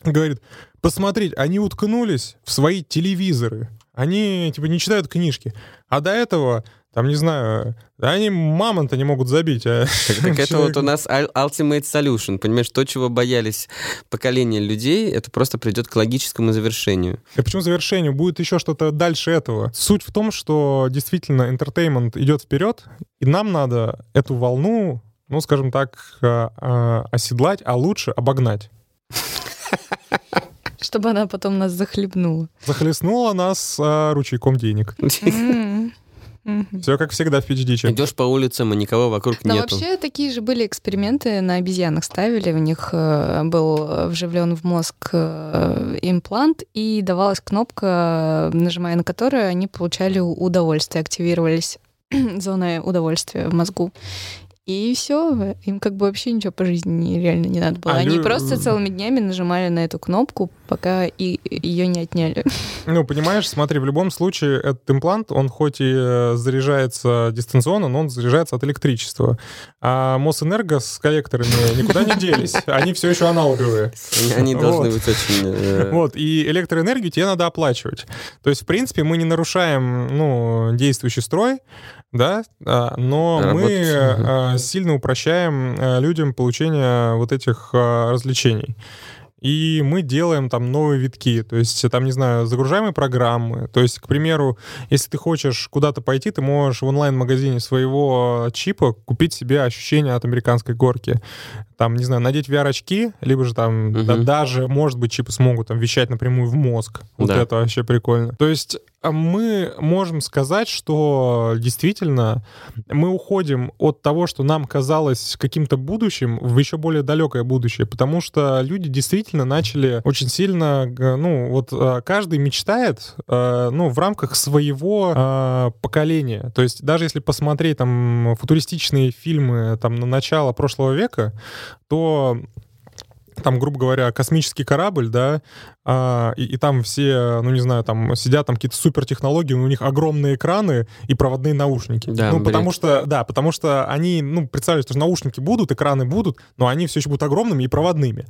Speaker 3: говорит, посмотреть, они уткнулись в свои телевизоры. Они, типа, не читают книжки. А до этого, там, не знаю, да они мамонта не могут забить. а <laughs>
Speaker 5: Так, так это
Speaker 3: человек-
Speaker 5: вот у нас ul- ultimate solution, понимаешь, то, чего боялись поколения людей, это просто придет к логическому
Speaker 3: <laughs>
Speaker 5: завершению.
Speaker 3: Да почему завершению? Будет еще что-то дальше этого. Суть в том, что действительно интертеймент идет вперед, и нам надо эту волну, ну, скажем так, э, э, оседлать, а лучше обогнать.
Speaker 6: Чтобы она потом нас захлебнула.
Speaker 3: Захлестнула нас э, ручейком денег.
Speaker 6: Мгм. Мгм.
Speaker 3: Все как всегда в пичдиче.
Speaker 5: Идешь по улицам, и никого вокруг
Speaker 6: Но
Speaker 5: нету.
Speaker 6: вообще такие же были эксперименты на обезьянах ставили. У них э, был э, вживлен в мозг э, имплант, и давалась кнопка, э, нажимая на которую они получали у- удовольствие, активировались <clears throat> зоны удовольствия в мозгу. И все, им как бы вообще ничего по жизни не- реально не надо было.
Speaker 3: А
Speaker 6: они
Speaker 3: лю-
Speaker 6: просто целыми днями нажимали на эту кнопку, пока и ее не отняли.
Speaker 3: Ну, понимаешь, смотри, в любом случае этот имплант, он хоть и э, заряжается дистанционно, но он заряжается от электричества. А Мосэнерго с коллекторами никуда не делись, они все еще аналоговые.
Speaker 5: Они, они должны
Speaker 3: Вот.
Speaker 5: быть очень... э,
Speaker 3: <laughs> Вот, и электроэнергию тебе надо оплачивать. То есть, в принципе, мы не нарушаем, ну, действующий строй, да, а, но мы
Speaker 5: Работать.
Speaker 3: э, сильно упрощаем э, людям получение вот этих э, развлечений. И мы делаем там новые витки, то есть там, не знаю, загружаемые программы. То есть, к примеру, если ты хочешь куда-то пойти, ты можешь в онлайн-магазине своего э, чипа купить себе ощущение от американской горки. Там, не знаю, надеть VR-очки, либо же там
Speaker 5: Мгм.
Speaker 3: да- даже, может быть, чипы смогут там вещать напрямую в мозг. Вот
Speaker 5: Да.
Speaker 3: это вообще прикольно. То есть а мы можем сказать, что действительно мы уходим от того, что нам казалось каким-то будущим, в еще более далекое будущее, потому что люди действительно начали очень сильно, г- ну, вот э, каждый мечтает, э, ну, в рамках своего э, поколения. То есть даже если посмотреть там футуристичные фильмы там на начало прошлого века, то там, грубо говоря, космический корабль, да, а, и, и там все, ну не знаю, там сидят там какие-то супертехнологии, у них огромные экраны и проводные наушники.
Speaker 5: Да,
Speaker 3: ну,
Speaker 5: бред.
Speaker 3: потому что, да, потому что они, ну, представили, что наушники будут, экраны будут, но они все еще будут огромными и проводными.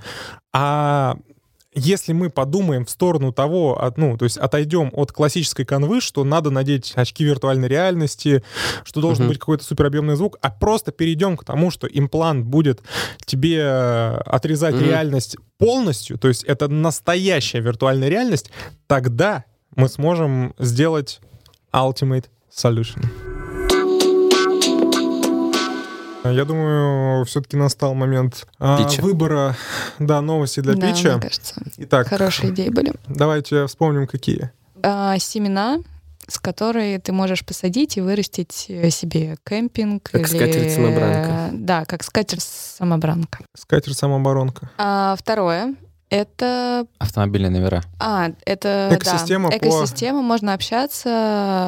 Speaker 3: А если мы подумаем в сторону того, от- ну, то есть отойдем от классической канвы, что надо надеть очки виртуальной реальности, что должен
Speaker 5: Мгм.
Speaker 3: быть какой-то суперобъемный звук, а просто перейдем к тому, что имплант будет тебе э, отрезать
Speaker 5: Мгм.
Speaker 3: реальность полностью, то есть это настоящая виртуальная реальность, тогда мы сможем сделать Ultimate Solution. Я думаю, все-таки настал момент а,
Speaker 5: Питча.
Speaker 3: выбора да, новости для
Speaker 6: Да,
Speaker 3: питча.
Speaker 6: мне кажется,
Speaker 3: Итак,
Speaker 6: хорошие идеи были.
Speaker 3: давайте вспомним, какие.
Speaker 6: а, семена, с которой ты можешь посадить и вырастить э, себе кемпинг.
Speaker 5: Как скатерть-самобранка.
Speaker 6: э, Да, как скатерть-самобранка.
Speaker 3: Скатерть самооборонка.
Speaker 6: А, второе. Это
Speaker 2: Автомобильные номера.
Speaker 6: А, это да.
Speaker 3: Экосистема по-
Speaker 6: Экосистема, можно общаться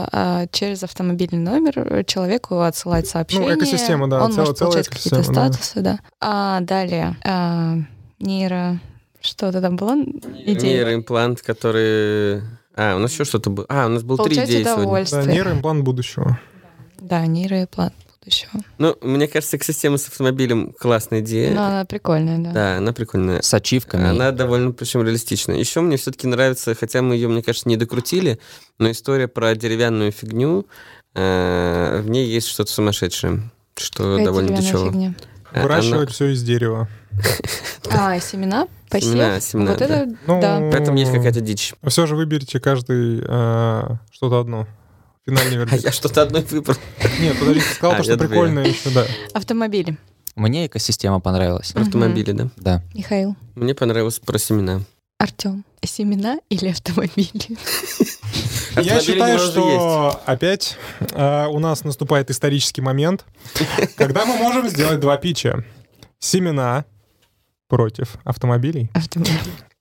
Speaker 6: а, через автомобильный номер, человеку отсылать сообщения.
Speaker 3: Ну, экосистема, да,
Speaker 6: Он
Speaker 3: целая-
Speaker 6: может
Speaker 3: целая
Speaker 6: получать какие-то
Speaker 3: экосистема, да.
Speaker 6: статусы, да. А далее, а, нейро... Что-то там было? Идея.
Speaker 5: Нейроимплант, который... А, у нас еще что-то было. А, у нас был три
Speaker 6: Получать
Speaker 5: идеи сегодня.
Speaker 3: Да,
Speaker 6: удовольствие.
Speaker 3: нейроимплант будущего.
Speaker 6: Да, нейроплан будущего.
Speaker 5: Ну, мне кажется, экосистема с автомобилем классная идея.
Speaker 6: Но она прикольная, да.
Speaker 5: Э, Да, она прикольная.
Speaker 2: С ачивками.
Speaker 5: Она довольно, причем, реалистичная. Еще мне все-таки нравится, хотя мы ее, мне кажется, не докрутили, но история про деревянную фигню, э, в ней есть что-то сумасшедшее, что
Speaker 6: Какая
Speaker 5: довольно
Speaker 6: деревянная
Speaker 5: дешево.
Speaker 6: фигня.
Speaker 5: Она- <laughs>
Speaker 3: Выращивать все из дерева.
Speaker 6: А, семена, посев. А
Speaker 5: Семена, семена,
Speaker 6: вот
Speaker 5: да.
Speaker 6: это,
Speaker 3: Ну,
Speaker 6: да.
Speaker 5: Поэтому есть какая-то дичь. <laughs>
Speaker 3: Все же выберите каждый э, что-то одно. Финальный
Speaker 5: А
Speaker 3: вердикт.
Speaker 5: я что-то одно и выбрал.
Speaker 3: Нет, подожди, ты сказал
Speaker 5: А,
Speaker 3: то, что
Speaker 5: я две. А
Speaker 3: прикольное еще, да.
Speaker 6: Автомобили.
Speaker 2: Мне экосистема понравилась.
Speaker 5: Про автомобили, да.
Speaker 2: Да.
Speaker 6: Михаил,
Speaker 5: Мне понравилось про семена.
Speaker 6: Артем. Семена или автомобили?
Speaker 5: <laughs> Автомобили
Speaker 3: Я считаю,
Speaker 5: у нас уже есть.
Speaker 3: что опять э, у нас наступает исторический момент, когда мы можем сделать два питча. Семена против автомобилей.
Speaker 6: Автомобили.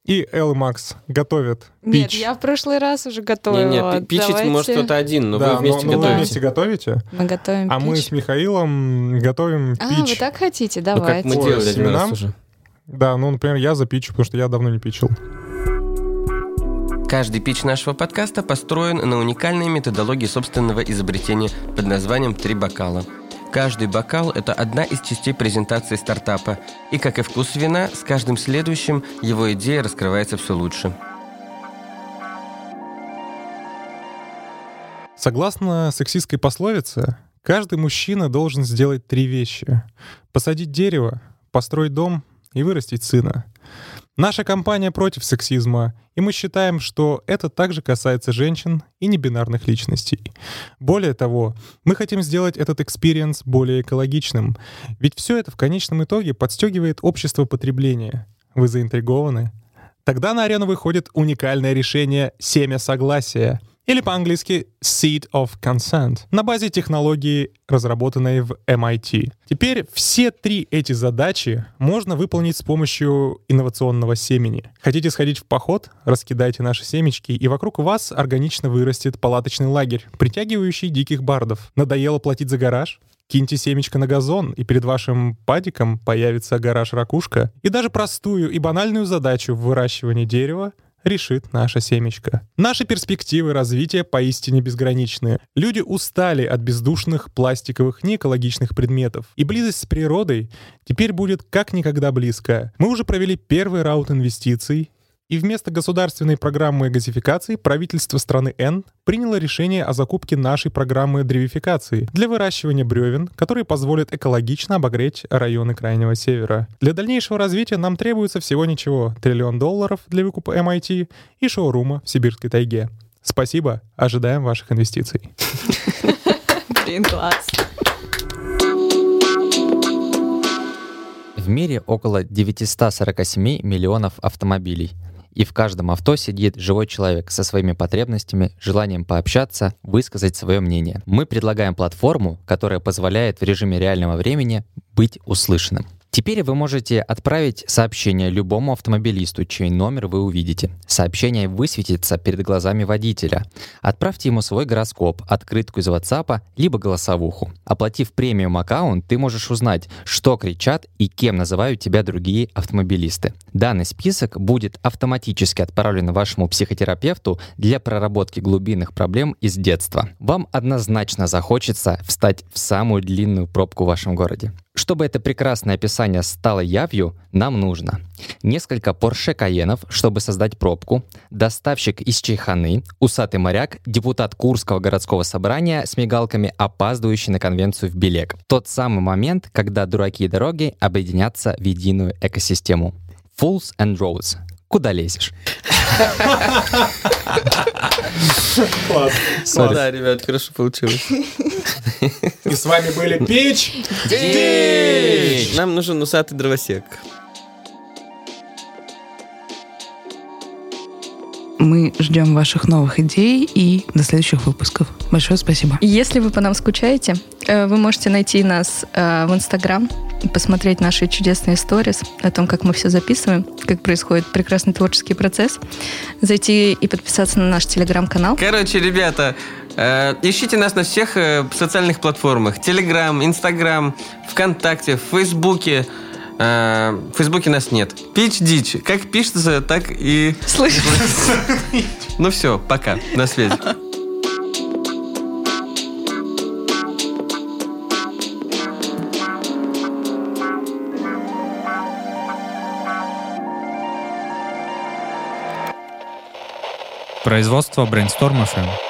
Speaker 3: И Эл и Макс готовят
Speaker 6: Нет,
Speaker 3: питч.
Speaker 6: я в прошлый раз уже готовила.
Speaker 5: Не, не, пи- пичить
Speaker 6: Давайте
Speaker 5: может кто-то один, но
Speaker 3: Да,
Speaker 5: вы вместе
Speaker 3: но- но вы
Speaker 5: готовите.
Speaker 3: вместе готовите,
Speaker 6: Мы готовим
Speaker 3: а мы
Speaker 6: пич.
Speaker 3: с Михаилом готовим
Speaker 6: А,
Speaker 3: питч.
Speaker 6: вы так хотите?
Speaker 5: Ну, как
Speaker 6: Давайте.
Speaker 5: мы
Speaker 3: Ой,
Speaker 5: делали один раз
Speaker 3: семенам?
Speaker 5: уже.
Speaker 3: Да, ну, например, я за питчу, потому что я давно не пичил.
Speaker 1: Каждый пич нашего подкаста построен на уникальной методологии собственного изобретения под названием «Три бокала». Каждый бокал – это одна из частей презентации стартапа. И, как и вкус вина, с каждым следующим его идея раскрывается все лучше.
Speaker 3: Согласно сексистской пословице, каждый мужчина должен сделать три вещи. Посадить дерево, построить дом и вырастить сына. Наша компания против сексизма, и мы считаем, что это также касается женщин и небинарных личностей. Более того, мы хотим сделать этот экспириенс более экологичным, ведь все это в конечном итоге подстегивает общество потребления. Вы заинтригованы? Тогда на арену выходит уникальное решение «семя согласия», или по-английски Seed of Consent, на базе технологии, разработанной в MIT. Теперь все три эти задачи можно выполнить с помощью инновационного семени. Хотите сходить в поход? Раскидайте наши семечки, и вокруг вас органично вырастет палаточный лагерь, притягивающий диких бардов. Надоело платить за гараж? Киньте семечко на газон, и перед вашим падиком появится гараж-ракушка. И даже простую и банальную задачу в выращивании дерева решит наша семечко. Наши перспективы развития поистине безграничны. Люди устали от бездушных, пластиковых, неэкологичных предметов. И близость с природой теперь будет как никогда близко. Мы уже провели первый раунд инвестиций, и вместо государственной программы газификации правительство страны Н приняло решение о закупке нашей программы древификации для выращивания бревен, которые позволят экологично обогреть районы Крайнего Севера. Для дальнейшего развития нам требуется всего ничего — триллион долларов для выкупа MIT и шоурума в Сибирской тайге. Спасибо, ожидаем ваших инвестиций.
Speaker 6: Блин, класс.
Speaker 2: В мире около 947 миллионов автомобилей. И в каждом авто сидит живой человек со своими потребностями, желанием пообщаться, высказать свое мнение. Мы предлагаем платформу, которая позволяет в режиме реального времени быть услышанным. Теперь вы можете отправить сообщение любому автомобилисту, чей номер вы увидите. Сообщение высветится перед глазами водителя. Отправьте ему свой гороскоп, открытку из WhatsApp, либо голосовуху. Оплатив премиум аккаунт, ты можешь узнать, что кричат и кем называют тебя другие автомобилисты. Данный список будет автоматически отправлен вашему психотерапевту для проработки глубинных проблем из детства. Вам однозначно захочется встать в самую длинную пробку в вашем городе. Чтобы это прекрасное описание стало явью, нам нужно несколько Porsche Cayenne, чтобы создать пробку, доставщик из Чайханы, усатый моряк, депутат Курского городского собрания с мигалками, опаздывающий на конвенцию в Белек. Тот самый момент, когда дураки и дороги объединятся в единую экосистему. Fools and Roads. Куда лезешь?
Speaker 5: Ну Да, ребят, хорошо получилось.
Speaker 3: И с вами были Пич!
Speaker 5: Нам нужен усатый дровосек.
Speaker 7: Мы ждем ваших новых идей и до следующих выпусков. Большое спасибо.
Speaker 6: Если вы по нам скучаете, э, вы можете найти нас э, в Инстаграм посмотреть наши чудесные сторис о том, как мы все записываем, как происходит прекрасный творческий процесс, зайти и подписаться на наш телеграм-канал.
Speaker 1: Короче, ребята, э, ищите нас на всех э, социальных платформах. Телеграм, Инстаграм, ВКонтакте, в Фейсбуке. Э, в Фейсбуке нас нет. Пич дичь. Как пишется, так и...
Speaker 6: Слышишь?
Speaker 1: Ну все, пока. На связи.
Speaker 8: Производство Brainstorm FM.